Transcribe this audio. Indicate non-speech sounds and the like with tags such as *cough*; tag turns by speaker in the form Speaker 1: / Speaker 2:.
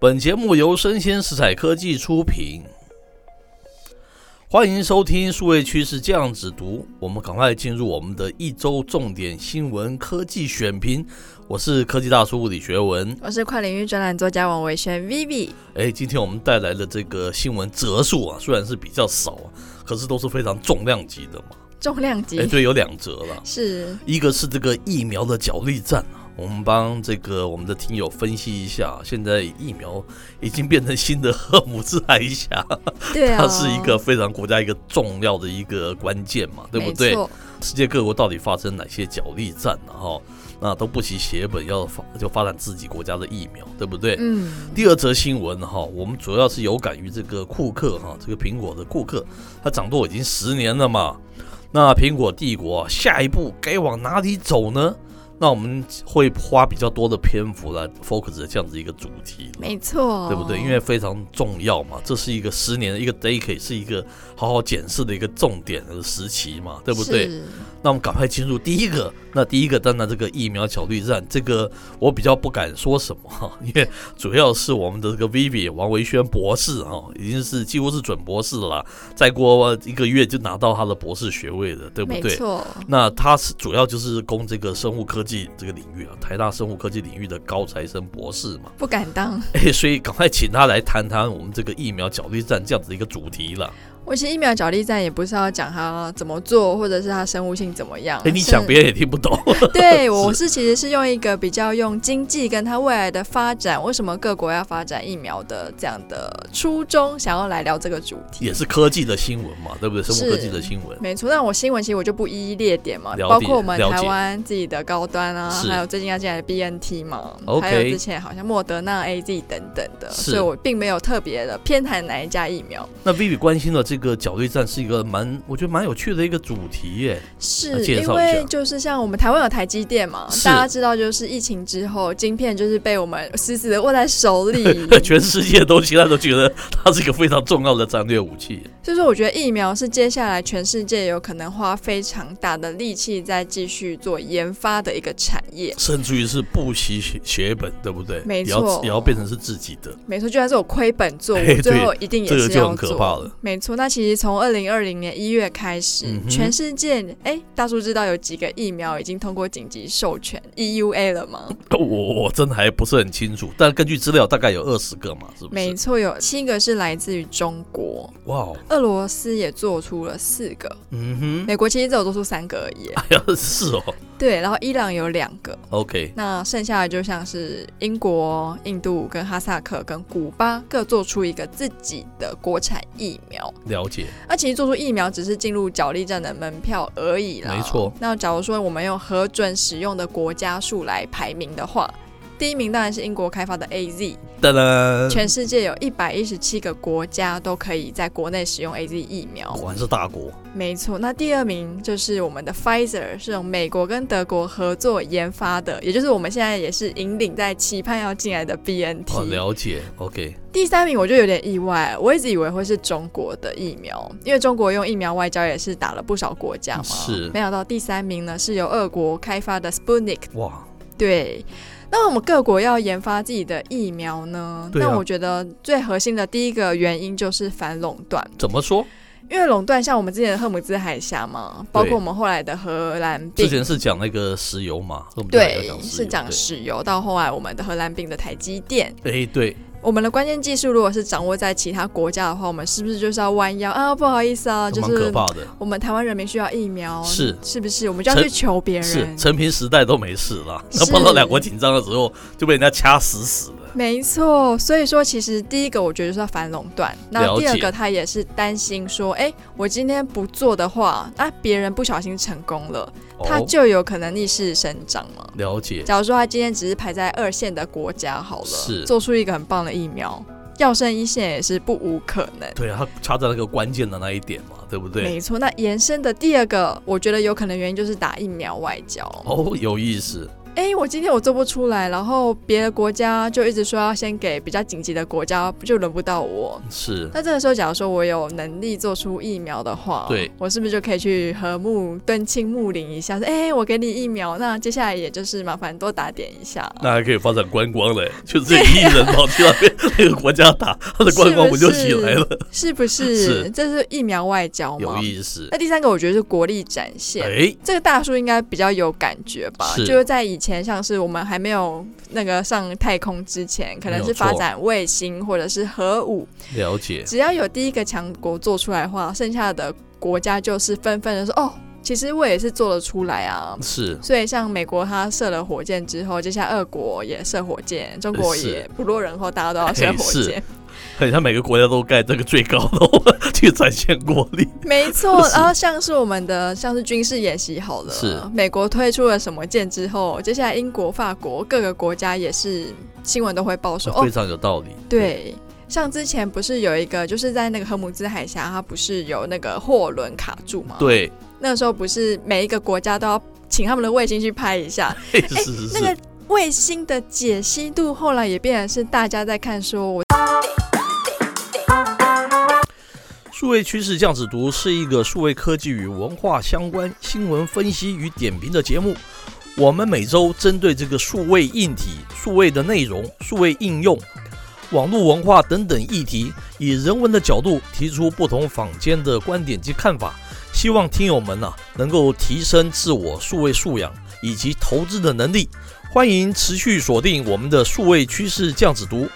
Speaker 1: 本节目由生鲜食材科技出品，欢迎收听数位趋势这样子读。我们赶快进入我们的一周重点新闻科技选评。我是科技大叔李学文。
Speaker 2: 我是跨领域专栏作家王维轩 Vivi。
Speaker 1: 哎，今天我们带来的这个新闻折数啊，虽然是比较少啊，可是都是非常重量级的嘛。
Speaker 2: 重量级
Speaker 1: 哎，对，有两折了。
Speaker 2: 是
Speaker 1: 一个是这个疫苗的角力战啊，我们帮这个我们的听友分析一下，现在疫苗已经变成新的 *laughs* 赫姆兹海峡，
Speaker 2: 对啊，
Speaker 1: 它是一个非常国家一个重要的一个关键嘛，对不对
Speaker 2: 没？错
Speaker 1: 世界各国到底发生哪些角力战、啊，然后那都不惜血本要发就发展自己国家的疫苗，对不对？
Speaker 2: 嗯，
Speaker 1: 第二则新闻哈，我们主要是有感于这个库克哈，这个苹果的库克，它掌舵已经十年了嘛。那苹果帝国啊下一步该往哪里走呢？那我们会花比较多的篇幅来 focus 这样子一个主题，
Speaker 2: 没错，
Speaker 1: 对不对？因为非常重要嘛，这是一个十年的一个 decade，是一个好好检视的一个重点的时期嘛，对不对？
Speaker 2: 是？
Speaker 1: 那我们赶快进入第一个。那第一个当然这个疫苗角力战，这个我比较不敢说什么 *laughs* 哈，因为主要是我们的这个 Vivi 王维轩博士哈，已经是几乎是准博士了啦，再过一个月就拿到他的博士学位了，对不
Speaker 2: 没
Speaker 1: 对？
Speaker 2: 错，
Speaker 1: 那他是主要就是攻这个生物科技这个领域啊，台大生物科技领域的高材生博士嘛，
Speaker 2: 不敢当。
Speaker 1: *laughs* 哎，所以赶快请他来谈谈我们这个疫苗角力战这样子的一个主题了。
Speaker 2: 我其实疫苗角力战也不是要讲它怎么做，或者是它生物性怎么样。
Speaker 1: 哎，你
Speaker 2: 是
Speaker 1: 讲别人也听不懂， *laughs*
Speaker 2: 对，我是其实是用一个比较用经济跟它未来的发展，为什么各国要发展疫苗的这样的初衷，想要来聊这个主题。
Speaker 1: 也是科技的新闻嘛，对不对？生物科
Speaker 2: 是
Speaker 1: 技的新闻。
Speaker 2: 没错，那我新闻其实我就不一一列点嘛，
Speaker 1: 了解
Speaker 2: 包括我们
Speaker 1: 了解
Speaker 2: 台湾自己的高端啊，
Speaker 1: 是
Speaker 2: 还有最近要进来的 BNT 嘛
Speaker 1: OK
Speaker 2: 还有之前好像莫德纳、AZ 等等的，
Speaker 1: 是
Speaker 2: 所以我并没有特别的偏袒哪一家疫苗，
Speaker 1: 那 Vivi 关心的这个角力战是一个蛮，我觉得蛮有趣的一个主题耶。那
Speaker 2: 是
Speaker 1: 介
Speaker 2: 因
Speaker 1: 绍一下
Speaker 2: 为就是像我们台湾有台积电嘛，
Speaker 1: 是
Speaker 2: 大家知道就是疫情之后，晶片就是被我们死死的握在
Speaker 1: *laughs*
Speaker 2: 手里，
Speaker 1: 全世界都现在都觉得它是一个非常重要的战略武器。
Speaker 2: 所以说，我觉得疫苗是接下来全世界有可能花非常大的力气在继续做研发的一个产业。
Speaker 1: 甚至于是不惜血血本，对不对？
Speaker 2: 没
Speaker 1: 也要
Speaker 2: 错
Speaker 1: 也要变成是自己的。
Speaker 2: 没错，就算是我亏本做，
Speaker 1: 嘿
Speaker 2: 我最后一定也
Speaker 1: 这个
Speaker 2: 是
Speaker 1: 就
Speaker 2: 要
Speaker 1: 很
Speaker 2: 做。
Speaker 1: 可怕了。
Speaker 2: 没错，那其实从二零二零年一月开始，
Speaker 1: 嗯哼
Speaker 2: 全世界哎、大叔知道有几个疫苗已经通过紧急授权 EUA 了吗？
Speaker 1: 我我真的还不是很清楚，但根据资料大概有二十个嘛，是不
Speaker 2: 没
Speaker 1: 是？
Speaker 2: 错，有七个是来自于中国，
Speaker 1: 哇哦，
Speaker 2: 俄罗斯也做出了四个，
Speaker 1: 嗯哼，
Speaker 2: 美国其实只有做出三个而已。
Speaker 1: 哎呀，是哦
Speaker 2: 对，然后伊朗有两个，
Speaker 1: ，OK，
Speaker 2: 那剩下的就像是英国、印度、跟哈萨克、跟古巴各做出一个自己的国产疫苗。
Speaker 1: 了解，
Speaker 2: 那其实做出疫苗只是进入角力战的门票而已啦。
Speaker 1: 没错。
Speaker 2: 那假如说我们用核准使用的国家数来排名的话，第一名当然是英国开发的 A Z，
Speaker 1: 当然，
Speaker 2: 全世界有一百一十七个国家都可以在国内使用 A Z 疫苗。
Speaker 1: 果然是大国，
Speaker 2: 没错，那第二名就是我们的 Pfizer，是由美国跟德国合作研发的，也就是我们现在也是引领在期盼要进来的 B N T。
Speaker 1: 哦，了解，OK，
Speaker 2: 第三名我就有点意外，我一直以为会是中国的疫苗，因为中国用疫苗外交也是打了不少国家嘛。
Speaker 1: 是
Speaker 2: 没想到第三名呢是由俄国开发的 Sputnik。
Speaker 1: 哇，
Speaker 2: 对，那我们各国要研发自己的疫苗呢？
Speaker 1: 对啊
Speaker 2: 那我觉得最核心的第一个原因就是反垄断。
Speaker 1: 怎么说？
Speaker 2: 因为垄断，像我们之前的赫姆兹海峡嘛，包
Speaker 1: 对
Speaker 2: 括我们后来的荷兰
Speaker 1: 之
Speaker 2: 病，
Speaker 1: 前是讲那个石油嘛，我们
Speaker 2: 对，
Speaker 1: 是
Speaker 2: 是
Speaker 1: 讲
Speaker 2: 讲
Speaker 1: 石
Speaker 2: 石油，到后来我们的荷兰病的台积电，
Speaker 1: 油，对，哎，对，
Speaker 2: 我们的关键技术如果是掌握在其他国家的话，我们是不是就是要弯腰啊？不好意思啊，
Speaker 1: 这
Speaker 2: 就
Speaker 1: 蛮可
Speaker 2: 是
Speaker 1: 怕的。
Speaker 2: 我们台湾人民需要疫苗，
Speaker 1: 是
Speaker 2: 是不是？我们就要去求别
Speaker 1: 是
Speaker 2: 人，
Speaker 1: 陈平时代都没事啦，那
Speaker 2: 是
Speaker 1: 碰到两国紧张的时候就被人家掐死死了。
Speaker 2: 没错。所以说，其实第一个我觉得就是要反垄断，那
Speaker 1: 了解
Speaker 2: 第二个他也是担心说，哎，我今天不做的话，那别人不小心成功了，他
Speaker 1: 哦
Speaker 2: 就有可能逆势生长嘛。
Speaker 1: 了解，
Speaker 2: 假如说他今天只是排在二线的国家好了，
Speaker 1: 是
Speaker 2: 做出一个很棒的疫苗，要升一线也是不无可能。
Speaker 1: 对啊，他掐在那个关键的那一点嘛，对不对？
Speaker 2: 没错，那延伸的第二个，我觉得有可能原因就是打疫苗外交。
Speaker 1: 哦，有意思，
Speaker 2: 哎、哎、我今天我做不出来，然后别的国家就一直说要先给比较紧急的国家，就轮不到我。
Speaker 1: 是
Speaker 2: 那这个时候，假如说我有能力做出疫苗的话，
Speaker 1: 对，
Speaker 2: 我是不是就可以去和睦敦亲睦邻一下？说，哎、我给你疫苗，那接下来也就是麻烦多打点一下。
Speaker 1: 那还可以发展观光嘞，就这一亿人跑去那边那个国家打，他的观光不就起来了？
Speaker 2: 是不是？
Speaker 1: 是
Speaker 2: 这是疫苗外交
Speaker 1: 有
Speaker 2: 吗？
Speaker 1: 意思。
Speaker 2: 那第三个，我觉得是国力展现。
Speaker 1: 哎，
Speaker 2: 这个大叔应该比较有感觉吧？
Speaker 1: 是
Speaker 2: 就是在以前，像是我们还没有那个上太空之前，可
Speaker 1: 没
Speaker 2: 能
Speaker 1: 有
Speaker 2: 是
Speaker 1: 错
Speaker 2: 发展卫星或者是核武，
Speaker 1: 了解，
Speaker 2: 只要有第一个强国做出来的话，剩下的国家就是纷纷的说：“哦，其实我也是做得出来啊。”
Speaker 1: 是
Speaker 2: 所以，像美国它射了火箭之后，接下来俄国也射火箭，中国
Speaker 1: 是
Speaker 2: 也不落人后，大家都要射
Speaker 1: 嘿
Speaker 2: 火
Speaker 1: 是
Speaker 2: 箭。
Speaker 1: 很像每个国家都盖这个最高的 *laughs* 去展现国力。，
Speaker 2: *laughs* 没错
Speaker 1: 是
Speaker 2: 然后像是我们的像是军事演习好了，
Speaker 1: 是
Speaker 2: 美国推出了什么舰之后，接下来英国、法国各个国家也是新闻都会报说，哦
Speaker 1: 非，常有道理。，
Speaker 2: 对，像之前不是有一个就是在那个荷姆兹海峡，它不是有那个货轮卡住吗？，
Speaker 1: 对， *laughs*
Speaker 2: 那时候不是每一个国家都要请他们的卫星去拍一下，
Speaker 1: 嘿是是
Speaker 2: 那
Speaker 1: 是，
Speaker 2: 个卫星的解析度后来也变成是大家在看说我
Speaker 1: 数位趋势这样子读是一个数位科技与文化相关新闻分析与点评的节目。我们每周针对这个数位硬体、数位的内容、数位应用、网络文化等等议题，以人文的角度提出不同坊间的观点及看法，希望听友们呐、能够提升自我数位素养以及投资的能力。欢迎持续锁定我们的数位趋势酱子读。